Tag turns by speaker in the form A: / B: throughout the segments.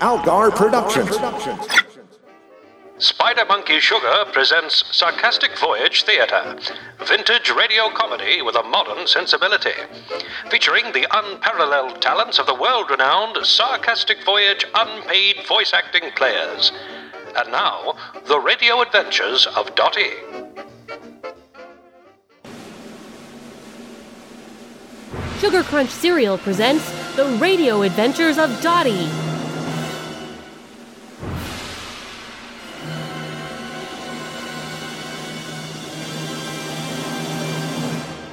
A: Algar Productions.
B: Spider Monkey Sugar presents Sarcastic Voyage Theatre, vintage radio comedy with a modern sensibility. Featuring the unparalleled talents of the world renowned Sarcastic Voyage unpaid voice acting players. And now, the radio adventures of Dottie.
C: Sugar Crunch Cereal presents The Radio Adventures of Dottie.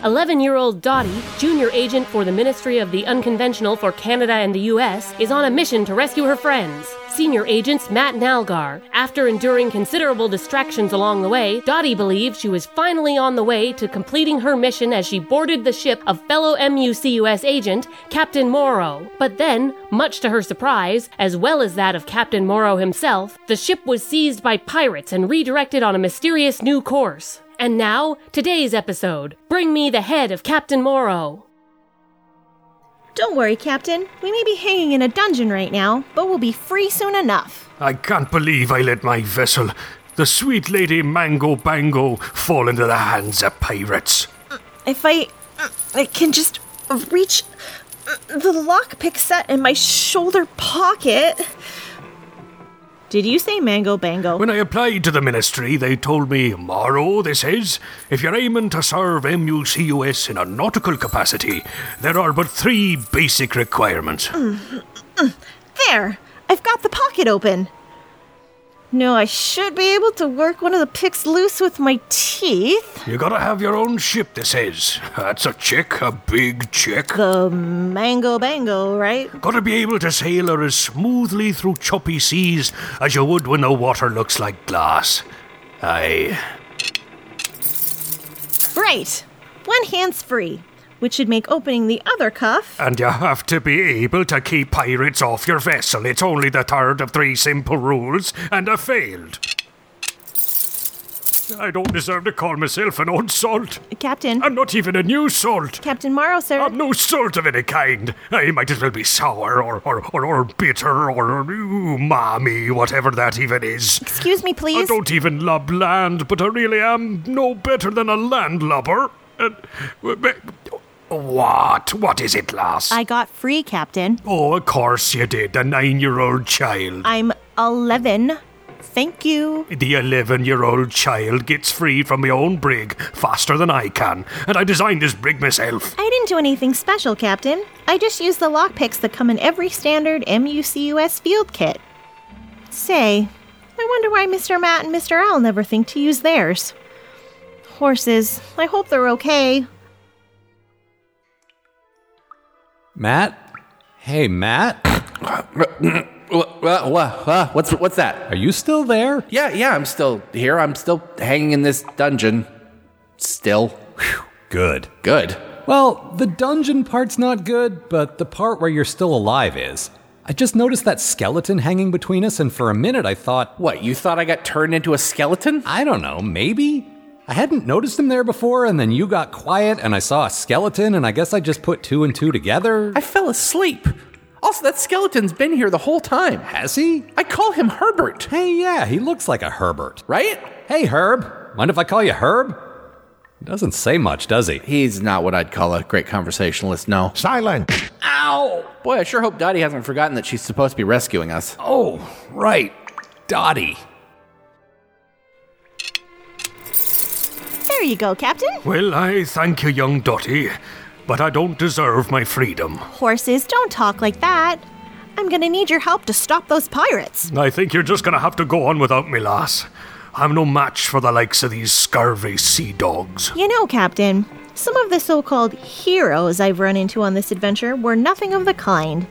C: Eleven year old Dottie, junior agent for the Ministry of the Unconventional for Canada and the U.S., is on a mission to rescue her friends. Senior agents Matt and Algar. After enduring considerable distractions along the way, Dottie believed she was finally on the way to completing her mission as she boarded the ship of fellow MUCUS agent Captain Morrow. But then, much to her surprise, as well as that of Captain Morrow himself, the ship was seized by pirates and redirected on a mysterious new course. And now, today's episode Bring Me the Head of Captain Morrow.
D: Don't worry, Captain. We may be hanging in a dungeon right now, but we'll be free soon enough.
E: I can't believe I let my vessel, the sweet lady Mango Bango, fall into the hands of pirates.
D: If I, uh, I can just reach uh, the lockpick set in my shoulder pocket. Did you say mango bango?
E: When I applied to the ministry, they told me, Morrow, this is, if you're aiming to serve MUCUS in a nautical capacity, there are but three basic requirements.
D: There! I've got the pocket open. No, I should be able to work one of the picks loose with my teeth.
E: You gotta have your own ship, this is. That's a check, a big check.
D: The mango bango, right?
E: Gotta be able to sail her as smoothly through choppy seas as you would when the water looks like glass. Aye.
D: Right! One hand's free, which should make opening the other cuff.
E: And you have to be able to keep pirates off your vessel. It's only the third of three simple rules, and I failed. I don't deserve to call myself an old salt.
D: Captain.
E: I'm not even a new salt.
D: Captain Morrow, sir.
E: I'm no salt of any kind. I might as well be sour or, or, or, or bitter or umami, whatever that even is.
D: Excuse me, please.
E: I don't even love land, but I really am no better than a landlubber. And, what? What is it, lass?
D: I got free, Captain.
E: Oh, of course you did, a nine year old child.
D: I'm 11. Thank you.
E: the 11 year old child gets free from my own brig faster than I can, and I designed this brig myself.
D: I didn't do anything special, Captain. I just used the lockpicks that come in every standard MUCUS field kit. Say, I wonder why Mr. Matt and Mr. Owl never think to use theirs. Horses, I hope they're okay.
F: Matt? Hey, Matt?
G: What, what, what's what's that?
F: Are you still there?
G: Yeah, yeah, I'm still here. I'm still hanging in this dungeon. Still
F: Good.
G: good.
F: Well, the dungeon part's not good, but the part where you're still alive is. I just noticed that skeleton hanging between us, and for a minute I thought,
G: What? You thought I got turned into a skeleton?
F: I don't know, maybe? I hadn't noticed him there before, and then you got quiet, and I saw a skeleton, and I guess I just put two and two together.
G: I fell asleep. Also, that skeleton's been here the whole time.
F: Has he?
G: I call him Herbert,
F: Hey, yeah, he looks like a Herbert.
G: right?
F: Hey, Herb. Mind if I call you Herb? Doesn't say much, does he?
G: He's not what I'd call a great conversationalist. No.
A: Silence.
G: Ow! Boy, I sure hope Dottie hasn't forgotten that she's supposed to be rescuing us.
F: Oh, right. Dottie.
D: There you go, Captain.
E: Well, I thank you, young Dotty, but I don't deserve my freedom.
D: Horses, don't talk like that. I'm gonna need your help to stop those pirates.
E: I think you're just gonna have to go on without me, lass. I'm no match for the likes of these scurvy sea dogs.
D: You know, Captain, some of the so called heroes I've run into on this adventure were nothing of the kind.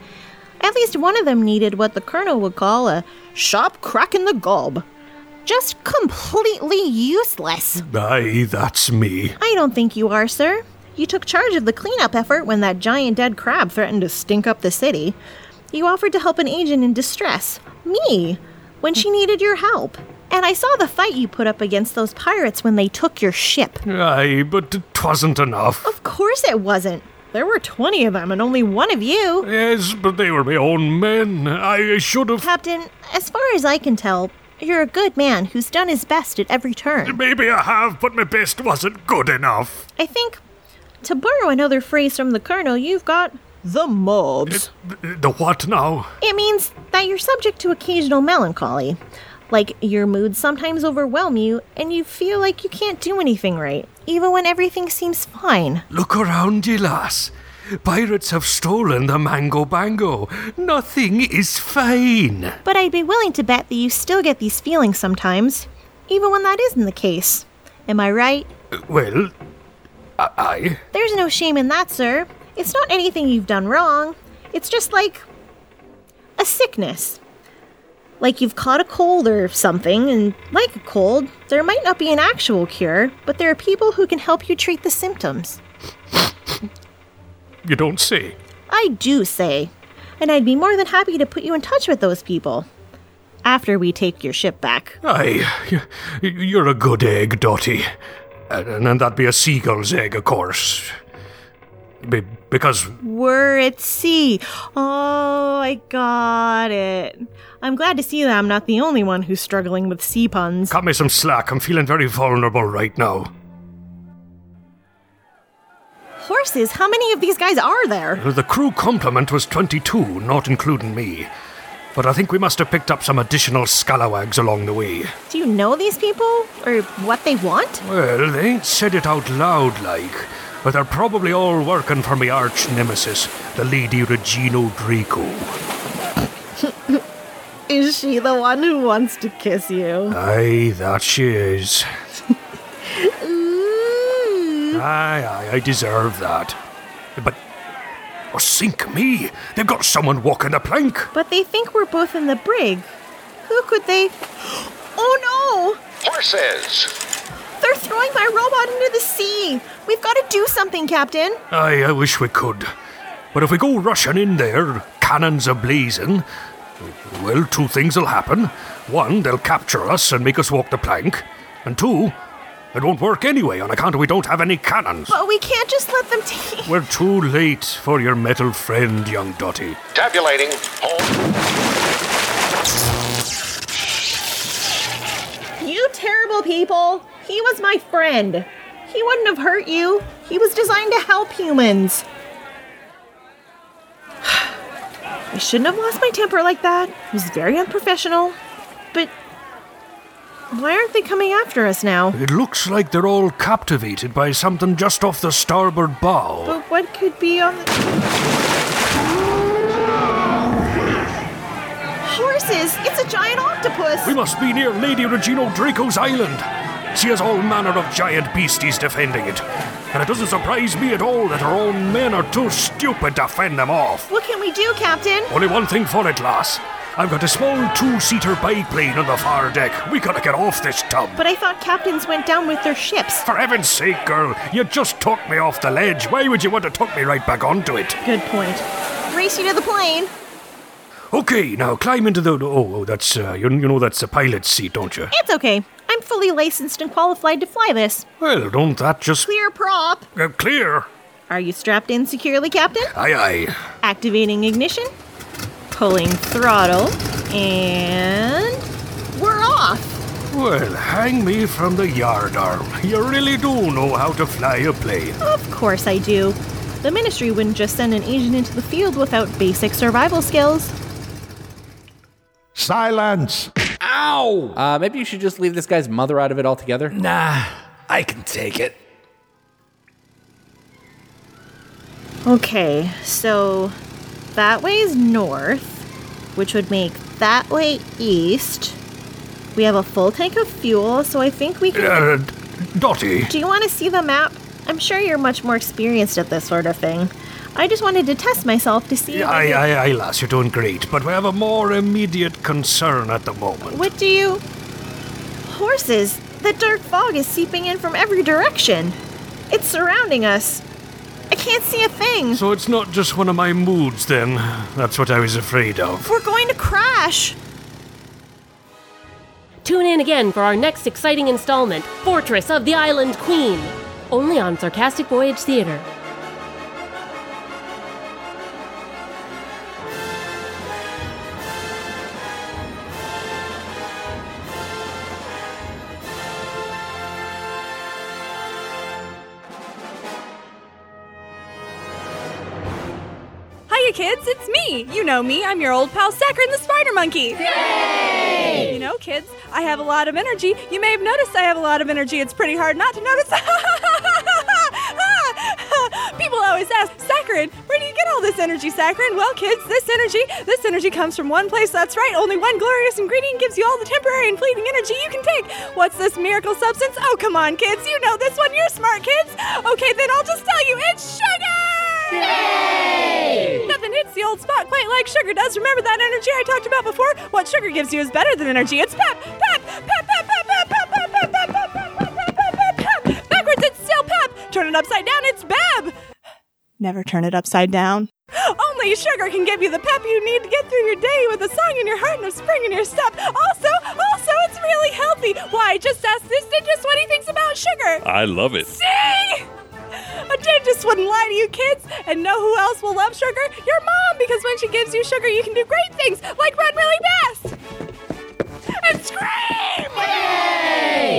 D: At least one of them needed what the Colonel would call a sharp crack in the gob. Just completely useless.
E: Aye, that's me.
D: I don't think you are, sir. You took charge of the cleanup effort when that giant dead crab threatened to stink up the city. You offered to help an agent in distress, me, when she needed your help. And I saw the fight you put up against those pirates when they took your ship.
E: Aye, but 'twasn't enough.
D: Of course it wasn't. There were 20 of them and only one of you.
E: Yes, but they were my own men. I should have.
D: Captain, as far as I can tell, you're a good man who's done his best at every turn.
E: Maybe I have, but my best wasn't good enough.
D: I think, to borrow another phrase from the Colonel, you've got the mobs.
E: The what now?
D: It means that you're subject to occasional melancholy. Like, your moods sometimes overwhelm you, and you feel like you can't do anything right, even when everything seems fine.
E: Look around ye, lass. Pirates have stolen the mango bango. Nothing is fine.
D: But I'd be willing to bet that you still get these feelings sometimes, even when that isn't the case. Am I right?
E: Well, I. I-
D: There's no shame in that, sir. It's not anything you've done wrong. It's just like a sickness. Like you've caught a cold or something, and like a cold, there might not be an actual cure, but there are people who can help you treat the symptoms.
E: You don't say.
D: I do say, and I'd be more than happy to put you in touch with those people after we take your ship back.
E: Aye, y- y- you're a good egg, Dotty. And, and that'd be a seagull's egg, of course. Be- because
D: We're at sea. Oh, I got it. I'm glad to see that I'm not the only one who's struggling with sea puns.
E: Cut me some slack. I'm feeling very vulnerable right now.
D: Horses? How many of these guys are there?
E: The crew complement was 22, not including me. But I think we must have picked up some additional scalawags along the way.
D: Do you know these people? Or what they want?
E: Well, they ain't said it out loud like, but they're probably all working for me arch nemesis, the Lady Regino Draco.
D: Is she the one who wants to kiss you?
E: Aye, that she is.
D: Ooh.
E: Aye, aye, I deserve that. But. Oh, sink me! They've got someone walking the plank!
D: But they think we're both in the brig. Who could they? Oh
B: Horses!
D: no! They're throwing my robot into the sea! We've got to do something, Captain!
E: Aye, I wish we could. But if we go rushing in there, cannons a blazing, well, two things will happen. One, they'll capture us and make us walk the plank. And two, it won't work anyway on account we don't have any cannons.
D: But we can't just let them take.
E: We're too late for your metal friend, young Dotty.
B: Tabulating. Hold.
D: You terrible people! He was my friend! He wouldn't have hurt you! He was designed to help humans! I shouldn't have lost my temper like that. It was very unprofessional. But. Why aren't they coming after us now?
E: It looks like they're all captivated by something just off the starboard bow.
D: But what could be on the. Horses! It's a giant octopus!
E: We must be near Lady Regino Draco's island. She has all manner of giant beasties defending it. And it doesn't surprise me at all that her own men are too stupid to fend them off.
D: What can we do, Captain?
E: Only one thing for it, lass. I've got a small two seater biplane on the far deck. We gotta get off this tub.
D: But I thought captains went down with their ships.
E: For heaven's sake, girl, you just took me off the ledge. Why would you want to tuck me right back onto it?
D: Good point. Race you to the plane.
E: Okay, now climb into the. Oh, oh that's. Uh, you, you know that's the pilot's seat, don't you?
D: It's okay. I'm fully licensed and qualified to fly this.
E: Well, don't that just.
D: Clear prop.
E: Uh, clear?
D: Are you strapped in securely, Captain?
E: Aye, aye.
D: Activating ignition. Pulling throttle. And. We're off!
E: Well, hang me from the yardarm. You really do know how to fly a plane.
D: Of course I do. The ministry wouldn't just send an agent into the field without basic survival skills.
A: Silence!
G: Ow! Uh, maybe you should just leave this guy's mother out of it altogether.
H: Nah, I can take it.
D: Okay, so that way's north, which would make that way east. We have a full tank of fuel, so I think we can.
E: Uh, Dotty,
D: Do you want to see the map? I'm sure you're much more experienced at this sort of thing. I just wanted to test myself to see. if I
E: aye,
D: could-
E: aye, aye, lass, you're doing great, but we have a more immediate concern at the moment.
D: What do you. Horses! The dark fog is seeping in from every direction. It's surrounding us. I can't see a thing.
E: So it's not just one of my moods, then. That's what I was afraid of.
D: We're going to crash.
C: Tune in again for our next exciting installment Fortress of the Island Queen, only on Sarcastic Voyage Theater.
I: kids, it's me. You know me. I'm your old pal Saccharin the Spider Monkey. Yay! You know, kids, I have a lot of energy. You may have noticed I have a lot of energy. It's pretty hard not to notice. People always ask, Saccharin, where do you get all this energy, Saccharin? Well, kids, this energy, this energy comes from one place. That's right. Only one glorious ingredient gives you all the temporary and fleeting energy you can take. What's this miracle substance? Oh, come on, kids. You know this one. You're smart, kids. Okay, then I'll just tell you, it's sugar. Nothing hits the old spot quite like sugar does. Remember that energy I talked about before? What sugar gives you is better than energy. It's pep, pep, pep, pep, pep, pep, pep, pep, pep, pep, pep, pep, pep, pep, pep, pep. Backwards, it's still pep. Turn it upside down, it's beb. Never turn it upside down. Only sugar can give you the pep you need to get through your day with a song in your heart and a spring in your step. Also, also, it's really healthy. Why? Just ask this dentist what he thinks about sugar.
J: I love it.
I: Ding! A dentist wouldn't lie to you kids, and know who else will love sugar? Your mom, because when she gives you sugar, you can do great things, like run really fast and scream!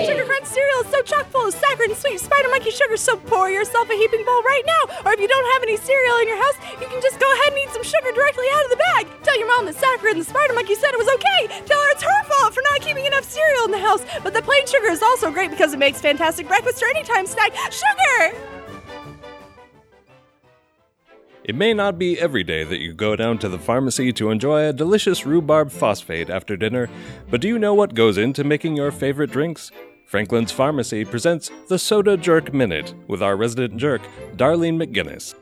I: Sugar Crunch cereal is so chock full of saccharine, sweet spider monkey sugar, so pour yourself a heaping bowl right now. Or if you don't have any cereal in your house, you can just go ahead and eat some sugar directly out of the bag. Tell your mom that saccharine the spider monkey said it was okay. Tell her it's her fault for not keeping enough cereal in the house. But the plain sugar is also great because it makes fantastic breakfast or anytime snack. Sugar!
J: It may not be every day that you go down to the pharmacy to enjoy a delicious rhubarb phosphate after dinner, but do you know what goes into making your favorite drinks? Franklin's Pharmacy presents the Soda Jerk Minute with our resident jerk, Darlene McGinnis.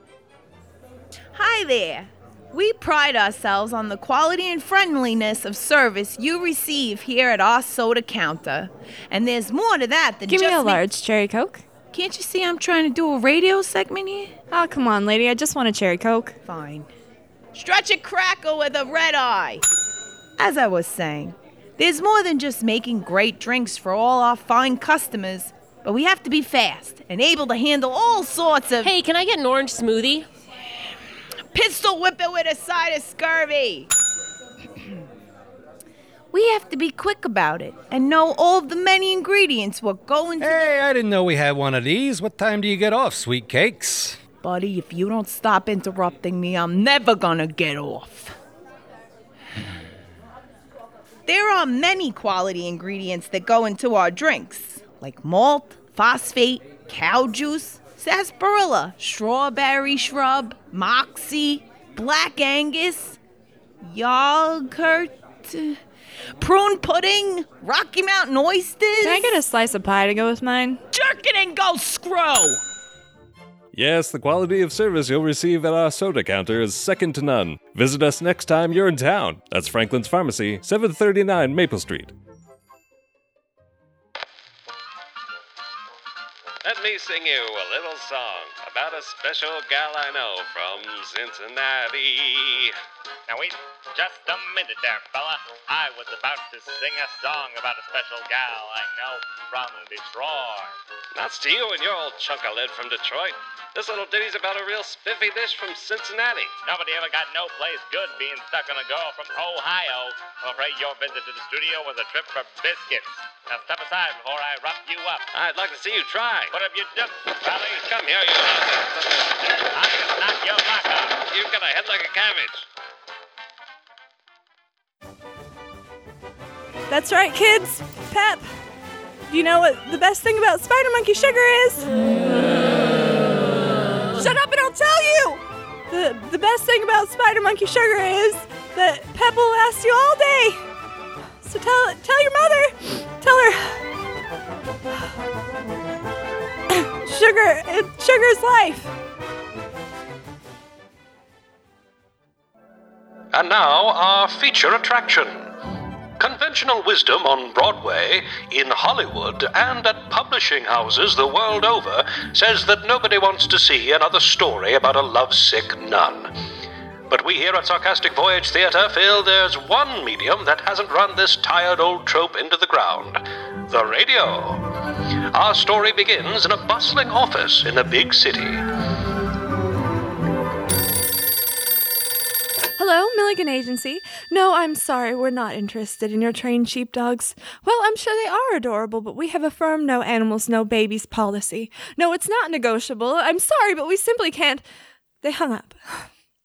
K: Hi there. We pride ourselves on the quality and friendliness of service you receive here at our soda counter. And there's more to that than
I: Give
K: just
I: me a large cherry coke.
K: Can't you see I'm trying to do a radio segment here?
I: Oh, come on, lady. I just want a cherry coke.
K: Fine. Stretch a cracker with a red eye. As I was saying, there's more than just making great drinks for all our fine customers, but we have to be fast and able to handle all sorts of
L: Hey, can I get an orange smoothie?
K: pistol whip it with a side of scurvy. we have to be quick about it and know all of the many ingredients what go into.
H: Hey, I didn't know we had one of these. What time do you get off, sweet cakes?
K: Buddy, if you don't stop interrupting me, I'm never gonna get off. There are many quality ingredients that go into our drinks, like malt, phosphate, cow juice, sarsaparilla, strawberry shrub, moxie, black Angus, yogurt, prune pudding, Rocky Mountain oysters.
I: Can I get a slice of pie to go with mine?
K: jerk it and go screw?
J: Yes, the quality of service you'll receive at our soda counter is second to none. Visit us next time you're in town. That's Franklin's Pharmacy, 739 Maple Street.
M: Let me sing you a little song about a special gal I know from Cincinnati. Now, wait just a minute there, fella. I was about to sing a song about a special gal I know from Detroit. Not to you and your old chunk of lead from Detroit. This little ditty's about a real spiffy dish from Cincinnati. Nobody ever got no place good being stuck on a girl from Ohio. I'm afraid your visit to the studio was a trip for biscuits. Now step aside before I rough you up. I'd like to see you try. What have you done, Sally? Come here, you I can knock your lock off. You've got a head like a cabbage.
I: That's right, kids. Pep. Do you know what the best thing about spider monkey sugar is? Shut up and I'll tell you! The, the best thing about spider monkey sugar is that Pep will last you all day. So tell tell your mother. Tell her. sugar, it, sugar's life.
B: And now, our feature attraction conventional wisdom on Broadway, in Hollywood, and at publishing houses the world over says that nobody wants to see another story about a lovesick nun. But we here at Sarcastic Voyage Theatre feel there's one medium that hasn't run this tired old trope into the ground the radio. Our story begins in a bustling office in a big city.
I: Hello, Milligan Agency. No, I'm sorry, we're not interested in your trained sheepdogs. Well, I'm sure they are adorable, but we have a firm no animals, no babies policy. No, it's not negotiable. I'm sorry, but we simply can't. They hung up.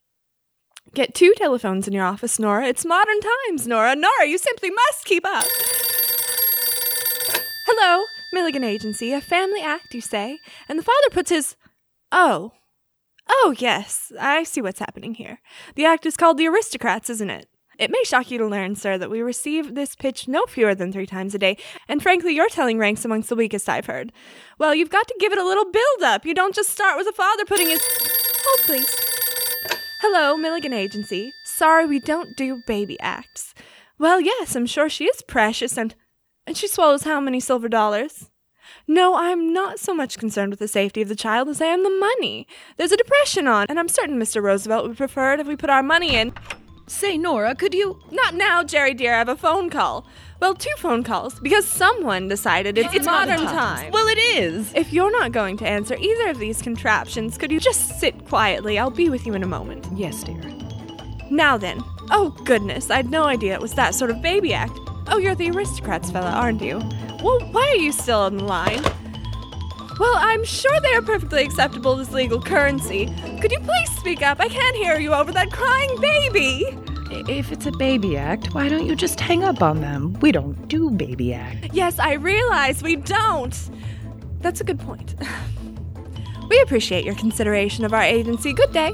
A: Get two telephones in your office, Nora. It's modern times, Nora. Nora, you simply must keep up. Hello, Milligan Agency, a family act, you say? And the father puts his. Oh. Oh, yes, I see what's happening here. The act is called The Aristocrats, isn't it? It may shock you to learn, sir, that we receive this pitch no fewer than three times a day, and frankly, your telling ranks amongst the weakest I've heard. Well, you've got to give it a little build up. You don't just start with a father putting his. Oh, please. Hello, Milligan Agency. Sorry we don't do baby acts. Well, yes, I'm sure she is precious and. And she swallows how many silver dollars? No, I'm not so much concerned with the safety of the child as I am the money. There's a depression on, and I'm certain Mr. Roosevelt would prefer it if we put our money in. Say, Nora, could you? Not now, Jerry dear. I have a phone call. Well, two phone calls, because someone decided it's,
K: It's modern
A: modern,
K: times.
A: time. Well, it is. If you're not going to answer either of these contraptions, could you just sit quietly? I'll be with you in a moment. Yes, dear. Now then. Oh, goodness, I'd no idea it was that sort of baby act. Oh, you're the aristocrats, fella, aren't you? Well, why are you still on the line? Well, I'm sure they are perfectly acceptable as legal currency. Could you please speak up? I can't hear you over that crying baby.
K: If it's a baby act, why don't you just hang up on them? We don't do baby act.
A: Yes, I realize we don't. That's a good point. We appreciate your consideration of our agency. Good day.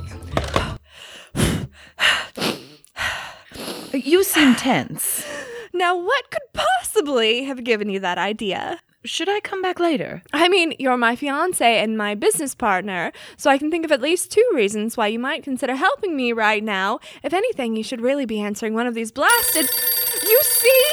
K: You seem tense.
A: Now, what could possibly have given you that idea?
K: Should I come back later?
A: I mean, you're my fiance and my business partner, so I can think of at least two reasons why you might consider helping me right now. If anything, you should really be answering one of these blasted. You see?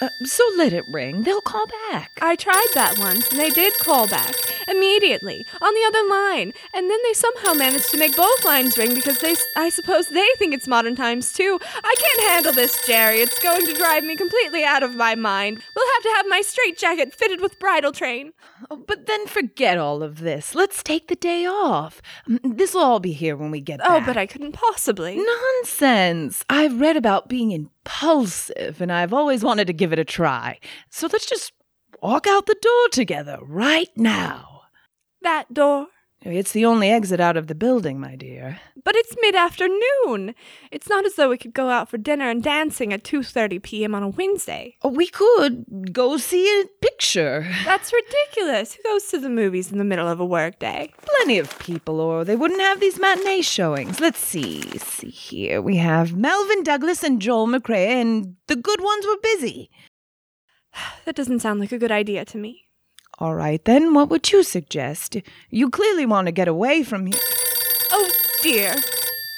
K: Uh, so let it ring. They'll call back.
A: I tried that once, and they did call back immediately on the other line, and then they somehow managed to make both lines ring because they, s- I suppose, they think it's modern times too. I can't handle this, Jerry. It's going to drive me completely out of my mind. We'll have to have my straitjacket fitted with bridal train.
K: Oh, but then forget all of this. Let's take the day off. This will all be here when we get
A: Oh,
K: back.
A: but I couldn't possibly.
K: Nonsense. I've read about being impulsive, and I've always wanted to give it a try. So let's just walk out the door together right now.
A: That door.
K: It's the only exit out of the building, my dear.
A: But it's mid-afternoon. It's not as though we could go out for dinner and dancing at 2:30 p.m. on a Wednesday.
K: Oh, we could go see a picture.
A: That's ridiculous. Who goes to the movies in the middle of a workday?
K: Plenty of people, or they wouldn't have these matinee showings. Let's see. See here. We have Melvin Douglas and Joel McRae, and the good ones were busy.
A: That doesn't sound like a good idea to me.
K: All right, then, what would you suggest? You clearly want to get away from here.
A: Oh dear.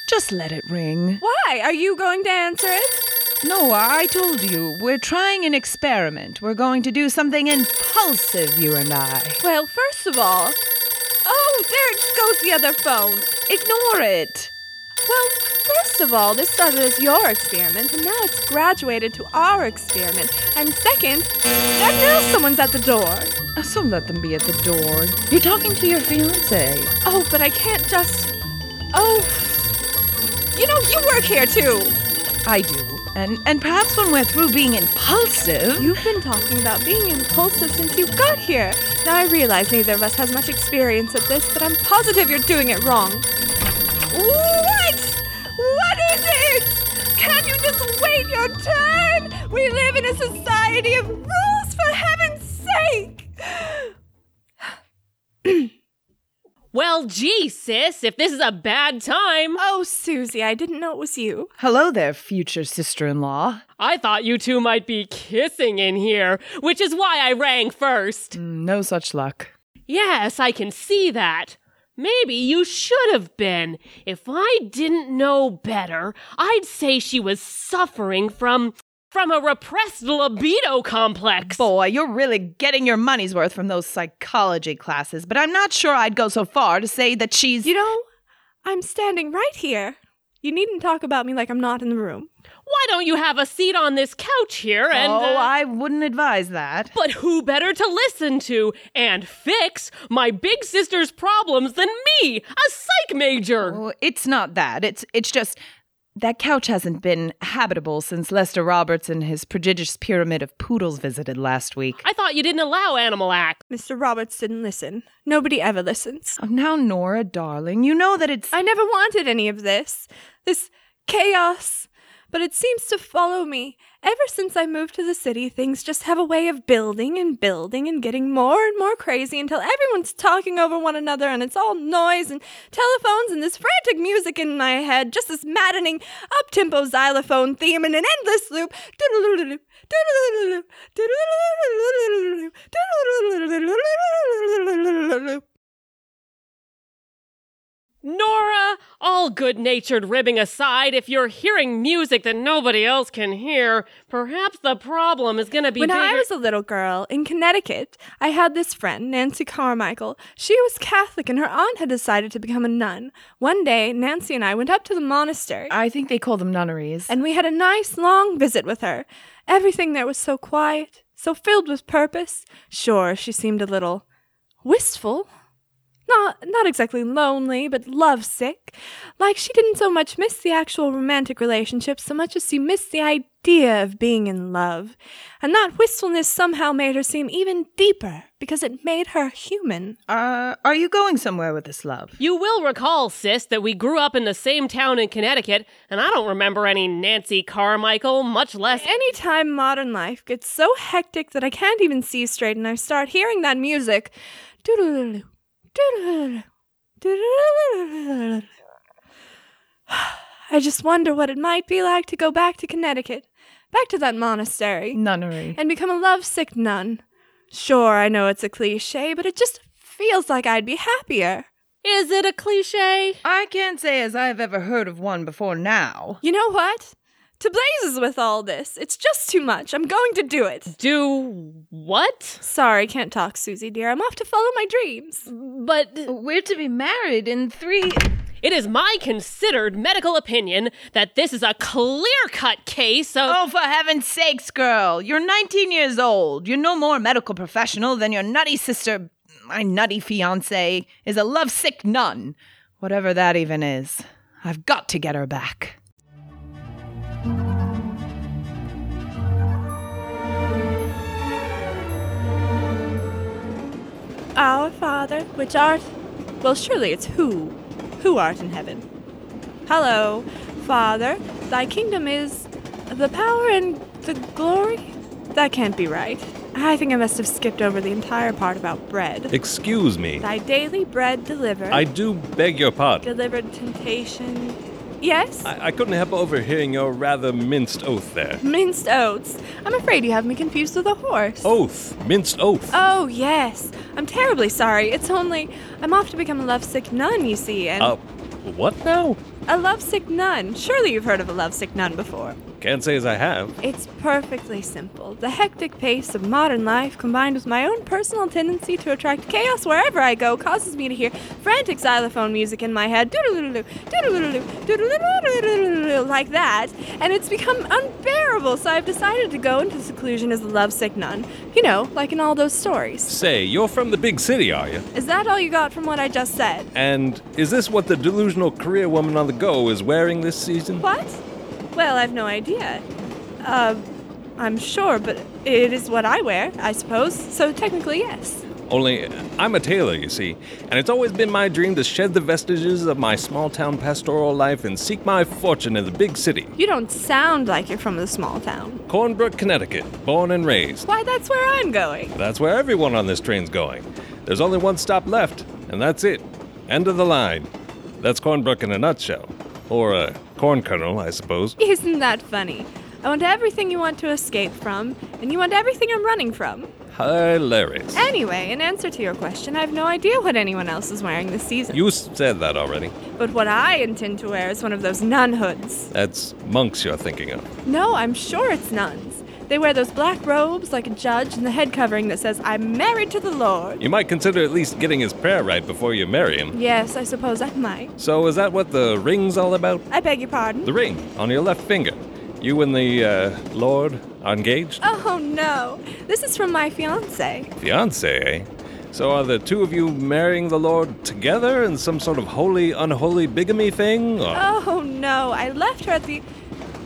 K: Just let it ring.
A: Why? Are you going to answer it?
K: No, I told you, we're trying an experiment. We're going to do something impulsive, you and I.
A: Well, first of all, oh, there goes the other phone.
K: Ignore it.
A: Well, first of all, this started as your experiment, and now it's graduated to our experiment. And second, and now someone's at the door.
K: Uh, So let them be at the door. You're talking to your fiance.
A: Oh, but I can't just. Oh. You know, you work here too.
K: I do. And and perhaps when we're through being impulsive,
A: You've been talking about being impulsive since you got here. Now I realize neither of us has much experience at this, but I'm positive you're doing it wrong. What? What is it? Can you just wait your turn? We live in a society of rules, for heaven's sake!
C: Well, gee, sis, if this is a bad time.
A: Oh, Susie, I didn't know it was you.
K: hello there, future sister-in-law.
C: I thought you two might be kissing in here, which is why I rang first.
K: No such luck.
C: Yes, I can see that. Maybe you should have been. If I didn't know better, I'd say she was suffering from from a repressed libido complex.
K: Boy, you're really getting your money's worth from those psychology classes, but I'm not sure I'd go so far to say that she's
A: You know, I'm standing right here. You needn't talk about me like I'm not in the room.
C: Why don't you have a seat on this couch here and
K: Oh,
C: uh,
K: I wouldn't advise that.
C: But who better to listen to and fix my big sister's problems than me, a psych major?
K: Oh, it's not that. It's it's just that couch hasn't been habitable since Lester Roberts and his prodigious pyramid of poodles visited last week.
C: I thought you didn't allow animal acts.
A: Mr. Roberts didn't listen. Nobody ever listens.
K: Oh, now, Nora, darling, you know that it's
A: I never wanted any of this. This chaos. But it seems to follow me. Ever since I moved to the city, things just have a way of building and building and getting more and more crazy until everyone's talking over one another and it's all noise and telephones and this frantic music in my head, just this maddening up tempo xylophone theme in an endless loop. Doodle-doodle-doo, doodle-doodle-doo, doodle-doodle-doo, doodle-doodle-doo.
C: Nora, all good natured ribbing aside, if you're hearing music that nobody else can hear, perhaps the problem is going to be
A: when
C: bigger.
A: I was a little girl in Connecticut, I had this friend, Nancy Carmichael. She was Catholic and her aunt had decided to become a nun. One day, Nancy and I went up to the monastery.
K: I think they call them nunneries.
A: And we had a nice long visit with her. Everything there was so quiet, so filled with purpose. Sure, she seemed a little wistful. Not not exactly lonely, but lovesick. Like she didn't so much miss the actual romantic relationship so much as she missed the idea of being in love. And that wistfulness somehow made her seem even deeper because it made her human.
K: Uh, are you going somewhere with this love?
C: You will recall, sis, that we grew up in the same town in Connecticut, and I don't remember any Nancy Carmichael, much less.
A: Anytime modern life gets so hectic that I can't even see straight and I start hearing that music. doodle I just wonder what it might be like to go back to Connecticut, back to that monastery,
K: Nunnery.
A: and become a lovesick nun. Sure, I know it's a cliche, but it just feels like I'd be happier.
C: Is it a cliche?
K: I can't say as I've ever heard of one before now.
A: You know what? To blazes with all this. It's just too much. I'm going to do it.
C: Do what?
A: Sorry, can't talk, Susie dear. I'm off to follow my dreams.
C: But
K: We're to be married in three.
C: it is my considered medical opinion that this is a clear cut case of.
K: Oh, for heaven's sakes, girl. You're 19 years old. You're no more a medical professional than your nutty sister, my nutty fiance, is a lovesick nun. Whatever that even is. I've got to get her back.
A: Our Father, which art. Well, surely it's who. Who art in heaven. Hello, Father. Thy kingdom is. the power and the glory? That can't be right. I think I must have skipped over the entire part about bread.
J: Excuse me.
A: Thy daily bread deliver.
J: I do beg your pardon.
A: Delivered temptation. Yes?
J: I, I couldn't help overhearing your rather minced oath there.
A: Minced oats. I'm afraid you have me confused with a horse.
J: Oh. Oath. Minced oath.
A: Oh, yes. I'm terribly sorry. It's only I'm off to become a lovesick nun, you see, and
J: Uh, what now?
A: a lovesick nun. Surely you've heard of a lovesick nun before.
J: Can't say as I have.
A: It's perfectly simple. The hectic pace of modern life, combined with my own personal tendency to attract chaos wherever I go, causes me to hear frantic xylophone music in my head, doodle-doodle-doo, doodle-doodle-doo, doodle-doodle-doo, like that, and it's become unbearable. So I've decided to go into seclusion as a lovesick nun. You know, like in all those stories.
J: Say, you're from the big city, are you?
A: Is that all you got from what I just said?
J: And is this what the delusional career woman on the go is wearing this season?
A: What? Well, I've no idea. Uh, I'm sure, but it is what I wear, I suppose. So technically, yes.
J: Only, I'm a tailor, you see, and it's always been my dream to shed the vestiges of my small town pastoral life and seek my fortune in the big city,
A: You don't sound like you're from the small town.
J: Cornbrook, Connecticut, born and raised.
A: Why, that's where I'm going.
J: That's where everyone on this train's going. There's only one stop left, and that's it. End of the line. That's Cornbrook in a nutshell. Or a corn kernel, I suppose.
A: Isn't that funny? I want everything you want to escape from, and you want everything I'm running from.
J: Hilarious.
A: Anyway, in answer to your question, I have no idea what anyone else is wearing this season.
J: You said that already.
A: But what I intend to wear is one of those nun hoods.
J: That's monks you're thinking of.
A: No, I'm sure it's nuns. They wear those black robes like a judge and the head covering that says, I'm married to the Lord.
J: You might consider at least getting his prayer right before you marry him.
A: Yes, I suppose I might.
J: So, is that what the ring's all about?
A: I beg your pardon.
J: The ring on your left finger. You and the uh, Lord are engaged?
A: Oh no, this is from my fiance.
J: Fiance, eh? So, are the two of you marrying the Lord together in some sort of holy, unholy bigamy thing? Or...
A: Oh no, I left her at the.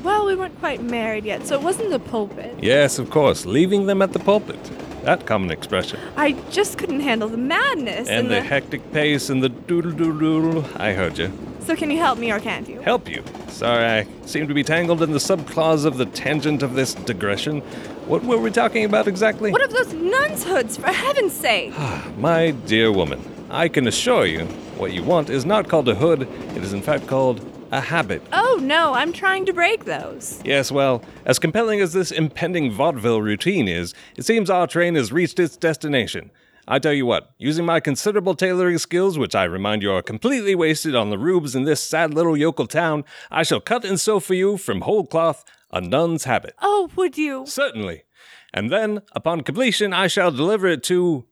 A: Well, we weren't quite married yet, so it wasn't the pulpit.
J: Yes, of course, leaving them at the pulpit. That common expression.
A: I just couldn't handle the madness
J: and the hectic pace and the doodle doodle doodle. I heard you.
A: So can you help me or can't you?
J: Help you. Sorry, I seem to be tangled in the subclause of the tangent of this digression. What were we talking about exactly? Ah,
A: What of those nuns' hoods, for heaven's sake?
J: My dear woman, I can assure you, what you want is not called a hood, it is in fact called a habit.
A: oh no, I'm trying to break those.
J: Yes, well, as compelling as this impending vaudeville routine is, it seems our train has reached its destination. I tell you what, using my considerable tailoring skills, which I remind you are completely wasted on the rubes in this sad little yokel town, I shall cut and sew for you from whole cloth a nun's habit.
A: Oh, would you?
J: Certainly. And then, upon completion, I shall deliver it to.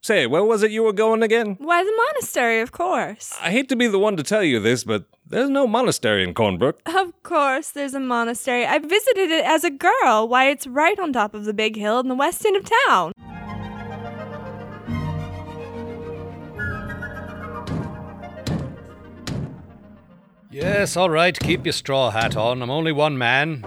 J: Say, where was it you were going again?
A: Why, the monastery, of course.
J: I hate to be the one to tell you this, but there's no monastery in Cornbrook.
A: Of course, there's a monastery. I visited it as a girl. Why, it's right on top of the big hill in the west end of town.
H: Yes, all right, keep your straw hat on. I'm only one man.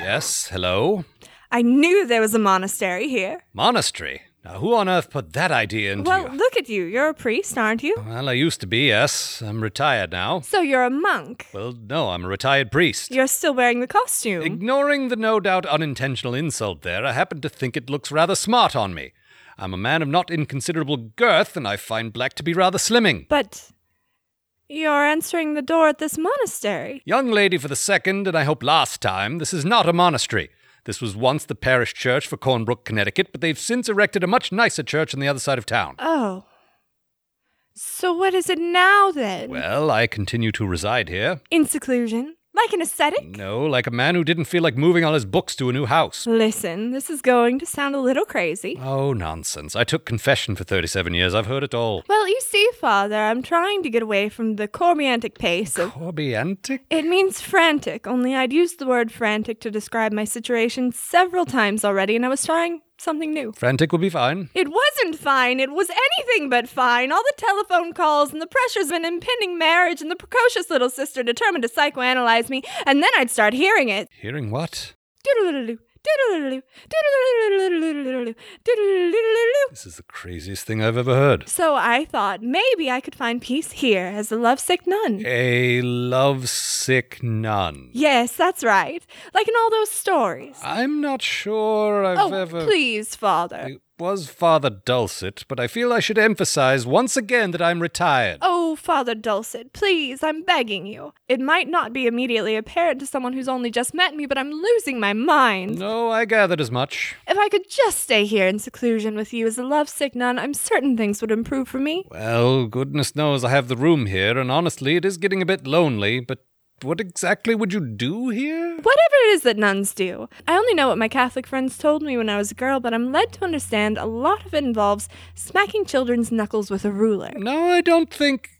H: Yes, hello?
A: I knew there was a monastery here.
H: Monastery. Now, who on earth put that idea into Uh-huh.
A: well,
H: you?
A: look at you. You're a priest, aren't you?
H: Well, I used to be, yes. I'm retired now.
A: So you're a monk.
H: Well, no, I'm a retired priest.
A: You're still wearing the costume.
H: Ignoring the no doubt unintentional insult there, I happen to think it looks rather smart on me. I'm a man of not inconsiderable girth, and I find black to be rather slimming.
A: But you're answering the door at this monastery.
H: Young lady for the second, and I hope last time, this is not a monastery. This was once the parish church for Cornbrook, Connecticut, but they've since erected a much nicer church on the other side of town.
A: Oh. So what is it now then?
H: Well, I continue to reside here.
A: In seclusion? Like an ascetic?
H: No, like a man who didn't feel like moving all his books to a new house.
A: Listen, this is going to sound a little crazy.
H: Oh, nonsense. I took confession for 37 years. I've heard it all.
A: Well, you see, Father, I'm trying to get away from the corbiantic pace of.
H: Corby Antic?
A: It means frantic, only I'd used the word frantic to describe my situation several times already, and I was trying something new.
H: Frantic will be fine.
A: It wasn't fine. It was anything but fine. All the telephone calls and the pressures of an impending marriage and the precocious little sister determined to psychoanalyze me, and then I'd start hearing it.
H: Hearing what?
A: Doodle-doodle-doo, doodle-doodle-doo, doodle-doodle-doo, doodle-doodle-doo.
H: This is the craziest thing I've ever heard.
A: So I thought maybe I could find peace here as a lovesick nun.
H: A lovesick nun.
A: Yes, that's right. Like in all those stories.
H: I'm not sure I've
A: oh,
H: ever.
A: please, Father.
H: It was Father Dulcet, but I feel I should emphasize once again that I'm retired.
A: Oh, Father Dulcet, please, I'm begging you. It might not be immediately apparent to someone who's only just met me, but I'm losing my mind.
H: No, I gathered as much.
A: If I could just stay here in seclusion with you as a lovesick nun, I'm certain things would improve for me.
H: Well, goodness knows I have the room here, and honestly, it is getting a bit lonely, but what exactly would you do here?
A: Whatever it is that nuns do. I only know what my Catholic friends told me when I was a girl, but I'm led to understand a lot of it involves smacking children's knuckles with a ruler.
H: No, I don't think.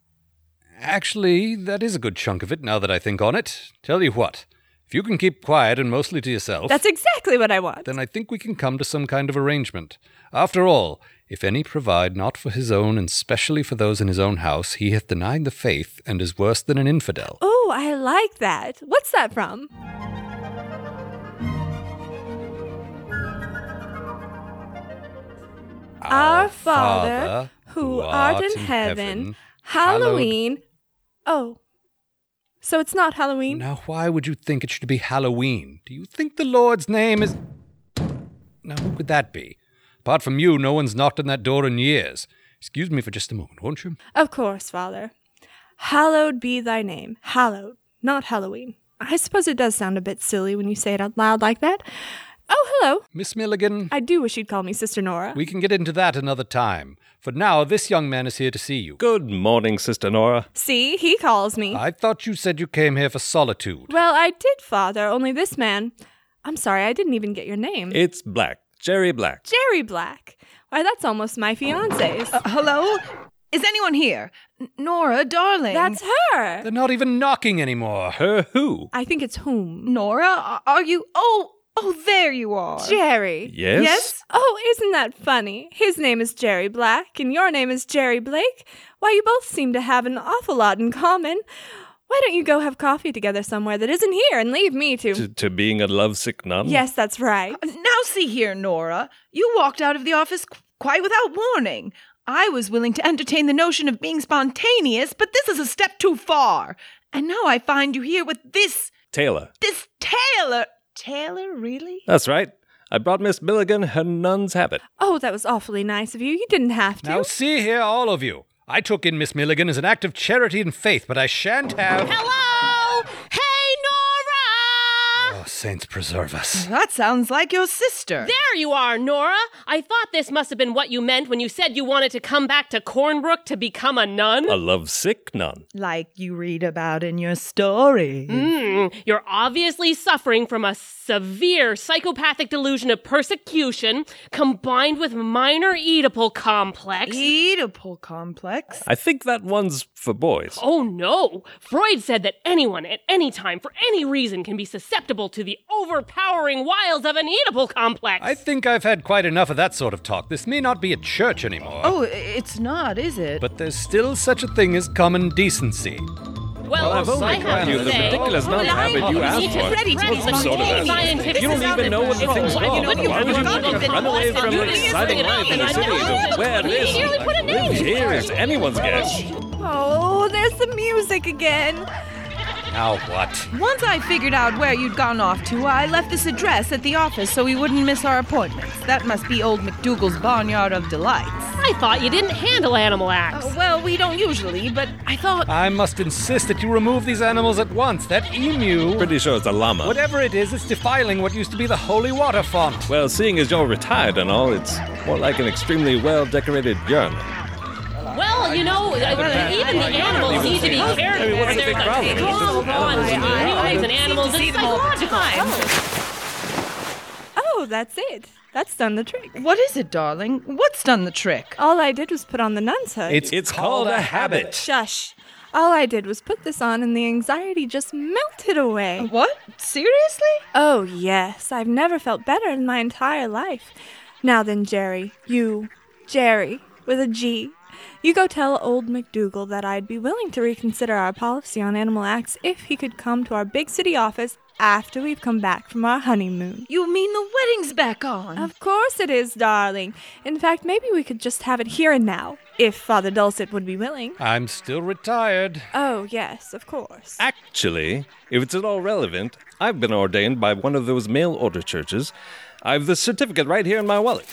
H: Actually, that is a good chunk of it now that I think on it. Tell you what, if you can keep quiet and mostly to yourself,
A: That's exactly what I want.
H: then I think we can come to some kind of arrangement. After all, if any provide not for his own and specially for those in his own house, he hath denied the faith and is worse than an infidel.
A: Oh, I like that. What's that from? Our Father, who art in heaven, Halloween. Oh, so it's not Halloween?
H: Now, why would you think it should be Halloween? Do you think the Lord's name is. Now, who could that be? Apart from you, no one's knocked on that door in years. Excuse me for just a moment, won't you?
A: Of course, Father. Hallowed be thy name. Hallowed, not Halloween. I suppose it does sound a bit silly when you say it out loud like that. Oh, hello.
H: Miss Milligan,
A: I do wish you'd call me Sister Nora.
H: we can get into that another time. For now, this young man is here to see you.
J: Good morning, Sister Nora.
A: See, he calls me.
H: I thought you said you came here for solitude.
A: Well, I did, Father, only this man. I'm sorry, I didn't even get your name.
J: It's Black, Jerry Black.
A: Jerry Black. Why, that's almost my fiance's.
K: Uh, hello? Is anyone here? N- Nora, darling.
A: that's her.
H: They're not even knocking anymore.
J: Her who?
A: I think it's whom?
K: Nora, are- are you? Oh, oh, there you are.
A: Jerry.
J: Yes?
K: Yes?
A: Oh, isn't that funny? His name is Jerry Black, and your name is Jerry Blake. Why, you both seem to have an awful lot in common. Why don't you go have coffee together somewhere that isn't here and leave me to.
J: To, to being a lovesick nun?
A: yes,
K: Uh,
A: that's right.
K: Now see here, Nora. You walked out of the office qu- quite without warning. I was willing to entertain the notion of being spontaneous, but this is a step too far. And now I find you here with this,
J: Taylor.
K: this Taylor. Taylor, really?
J: That's right. I brought Miss Milligan her nun's habit.
A: Oh, that was awfully nice of you. You didn't have to.
H: Now, see here, all of you. I took in Miss Milligan as an act of charity and faith, but I shan't have.
K: Hello! Hey,
H: Oh, saints preserve us.
K: Nora! That sounds like your sister.
C: There you are, Nora! I thought this must have been what you meant when you said you wanted to come back to Cornbrook to become a nun.
J: A lovesick nun.
K: Like you read about in your story.
C: Mm, you're obviously suffering from a severe psychopathic delusion of persecution combined with minor Oedipal complex.
K: Oedipal complex?
J: I think that one's for boys.
C: Oh no! Freud said that anyone at any time for any reason can be susceptible to the overpowering wiles of an Oedipal complex.
H: I think I've had quite enough of that sort of talk. This may not be a church anymore.
K: Oh, i- it's not, is it?
H: But there's still such a thing as common decency.
C: Well, oh,
J: I've only
C: I have
J: brought you
C: to
J: the
C: say,
J: ridiculous nun habit you asked
C: It's
J: for.
C: ready to
J: What
C: be
J: sort of
C: spontaneous.
J: habit? You don't
C: Scientific
J: even know what the
C: method.
J: thing's
C: Why
J: called.
C: would you
J: Why would you
C: bring
J: even
C: up the
J: run away
C: lost
J: from an
C: and using
J: exciting
C: it
J: life in the
C: and
J: city
C: I
J: to
C: know
J: where
C: it.
J: it
C: You
J: is?
C: nearly put a name
J: Live
C: to it.
J: here is anyone's guess.
A: Oh, there's the music again.
H: Now what?
K: Once I figured out where you'd gone off to, I left this address at the office so we wouldn't miss our appointments. That must be old McDougal's Barnyard of Delights.
C: I thought you didn't handle animal acts.
K: Uh, well, we don't usually, but I thought.
H: I must insist that you remove these animals at once. That emu,
J: Pretty sure it's a llama.
H: whatever it is, it's defiling what used to be the holy water font.
J: Well, seeing as you're retired and all, it's more like an extremely well decorated urn.
C: Well, you know, uh, even the animals need to be cared
J: I mean,
C: for.
J: what's the
C: There's
J: big problem?
C: a strong bond between humans and animals. It's psychological.
A: Oh, that's it. That's done the trick.
K: What is it, darling? What's done the trick?
A: All I did was put on the nun's hood.
H: It's,
J: It's called a habit.
A: Shush. All I did was put this on, and the anxiety just melted away.
K: What? Seriously?
A: Oh, yes. I've never felt better in my entire life. Now then, Jerry, you, Jerry, with a G, you go tell old McDougal that I'd be willing to reconsider our policy on animal acts if he could come to our big city office after we've come back from our honeymoon.
K: You mean the wedding's back on?
A: Of course it is, darling. In fact, maybe we could just have it here and now, if Father Dulcet would be willing.
H: I'm still retired.
A: Oh, yes, of course.
J: Actually, if it's at all relevant, I've been ordained by one of those mail order churches. I've the certificate right here in my wallet.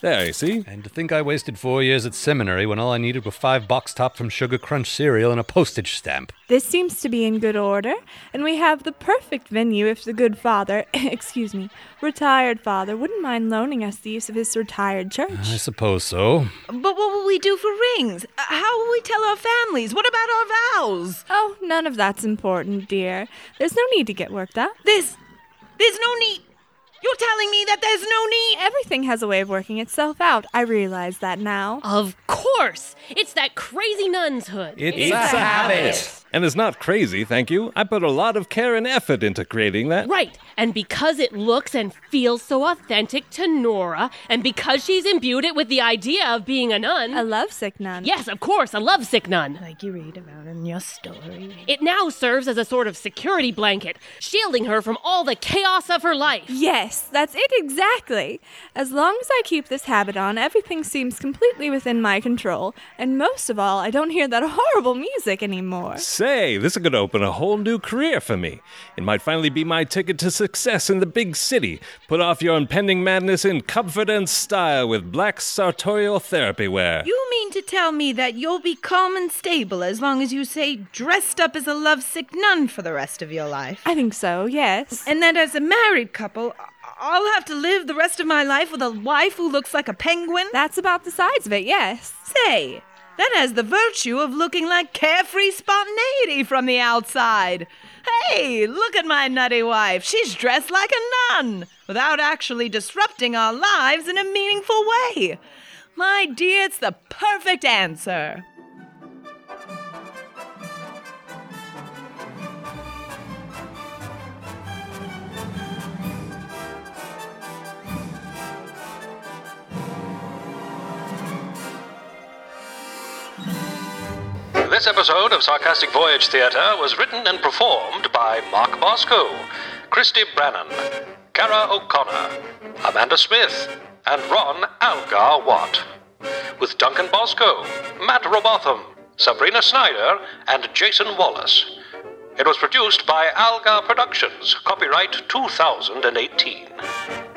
J: There, you see?
H: And to think I wasted four years at seminary when all I needed were five box top from Sugar Crunch cereal and a postage stamp.
A: This seems to be in good order, and we have the perfect venue if the good father, excuse me, retired father, wouldn't mind loaning us the use of his retired
H: I
A: church.
H: suppose so.
K: But what will we do for rings? Uh, How will we tell our families? What about our vows?
A: Oh, none of that's important, dear. There's no need to get worked up.
K: This. There's no need. You're telling me that there's no need.
A: Everything has a way of working itself out. I realize that now.
C: Of course! It's that crazy nun's hood.
H: It's a habit.
J: And it's not crazy, thank you. I put a lot of care and effort into creating that.
C: Right, and because it looks and feels so authentic to Nora, and because she's imbued it with the idea of being a nun.
A: A lovesick nun.
C: yes, of course, a lovesick nun.
K: Like you read about in your story.
C: It now serves as a sort of security blanket, shielding her from all the chaos of her life.
A: Yes, that's it exactly. As long as I keep this habit on, everything seems completely within my control, and most of all, I don't hear that horrible music anymore.
J: Say, this is going to open a whole new career for me. It might finally be my ticket to success in the big city. Put off your impending madness in comfort and style with black sartorial therapy wear.
K: You mean to tell me that you'll be calm and stable as long as you stay dressed up as a lovesick nun for the rest of your life?
A: I think so, yes.
K: And that as a married couple, I- I'll have to live the rest of my life with a wife who looks like a penguin?
A: That's about the size of it, yes.
K: Say, that has the virtue of looking like carefree spontaneity from the outside. Hey, look at my nutty wife. She's dressed like a nun without actually disrupting our lives in a meaningful way. My dear, it's the perfect answer.
B: This episode of Sarcastic Voyage Theatre was written and performed by Mark Bosco, Christy Brannan, Cara O'Connor, Amanda Smith, and Ron Algar Watt. with Duncan Bosco, Matt Robotham, Sabrina Snyder, and Jason Wallace. It was produced by Algar Productions, copyright 2018.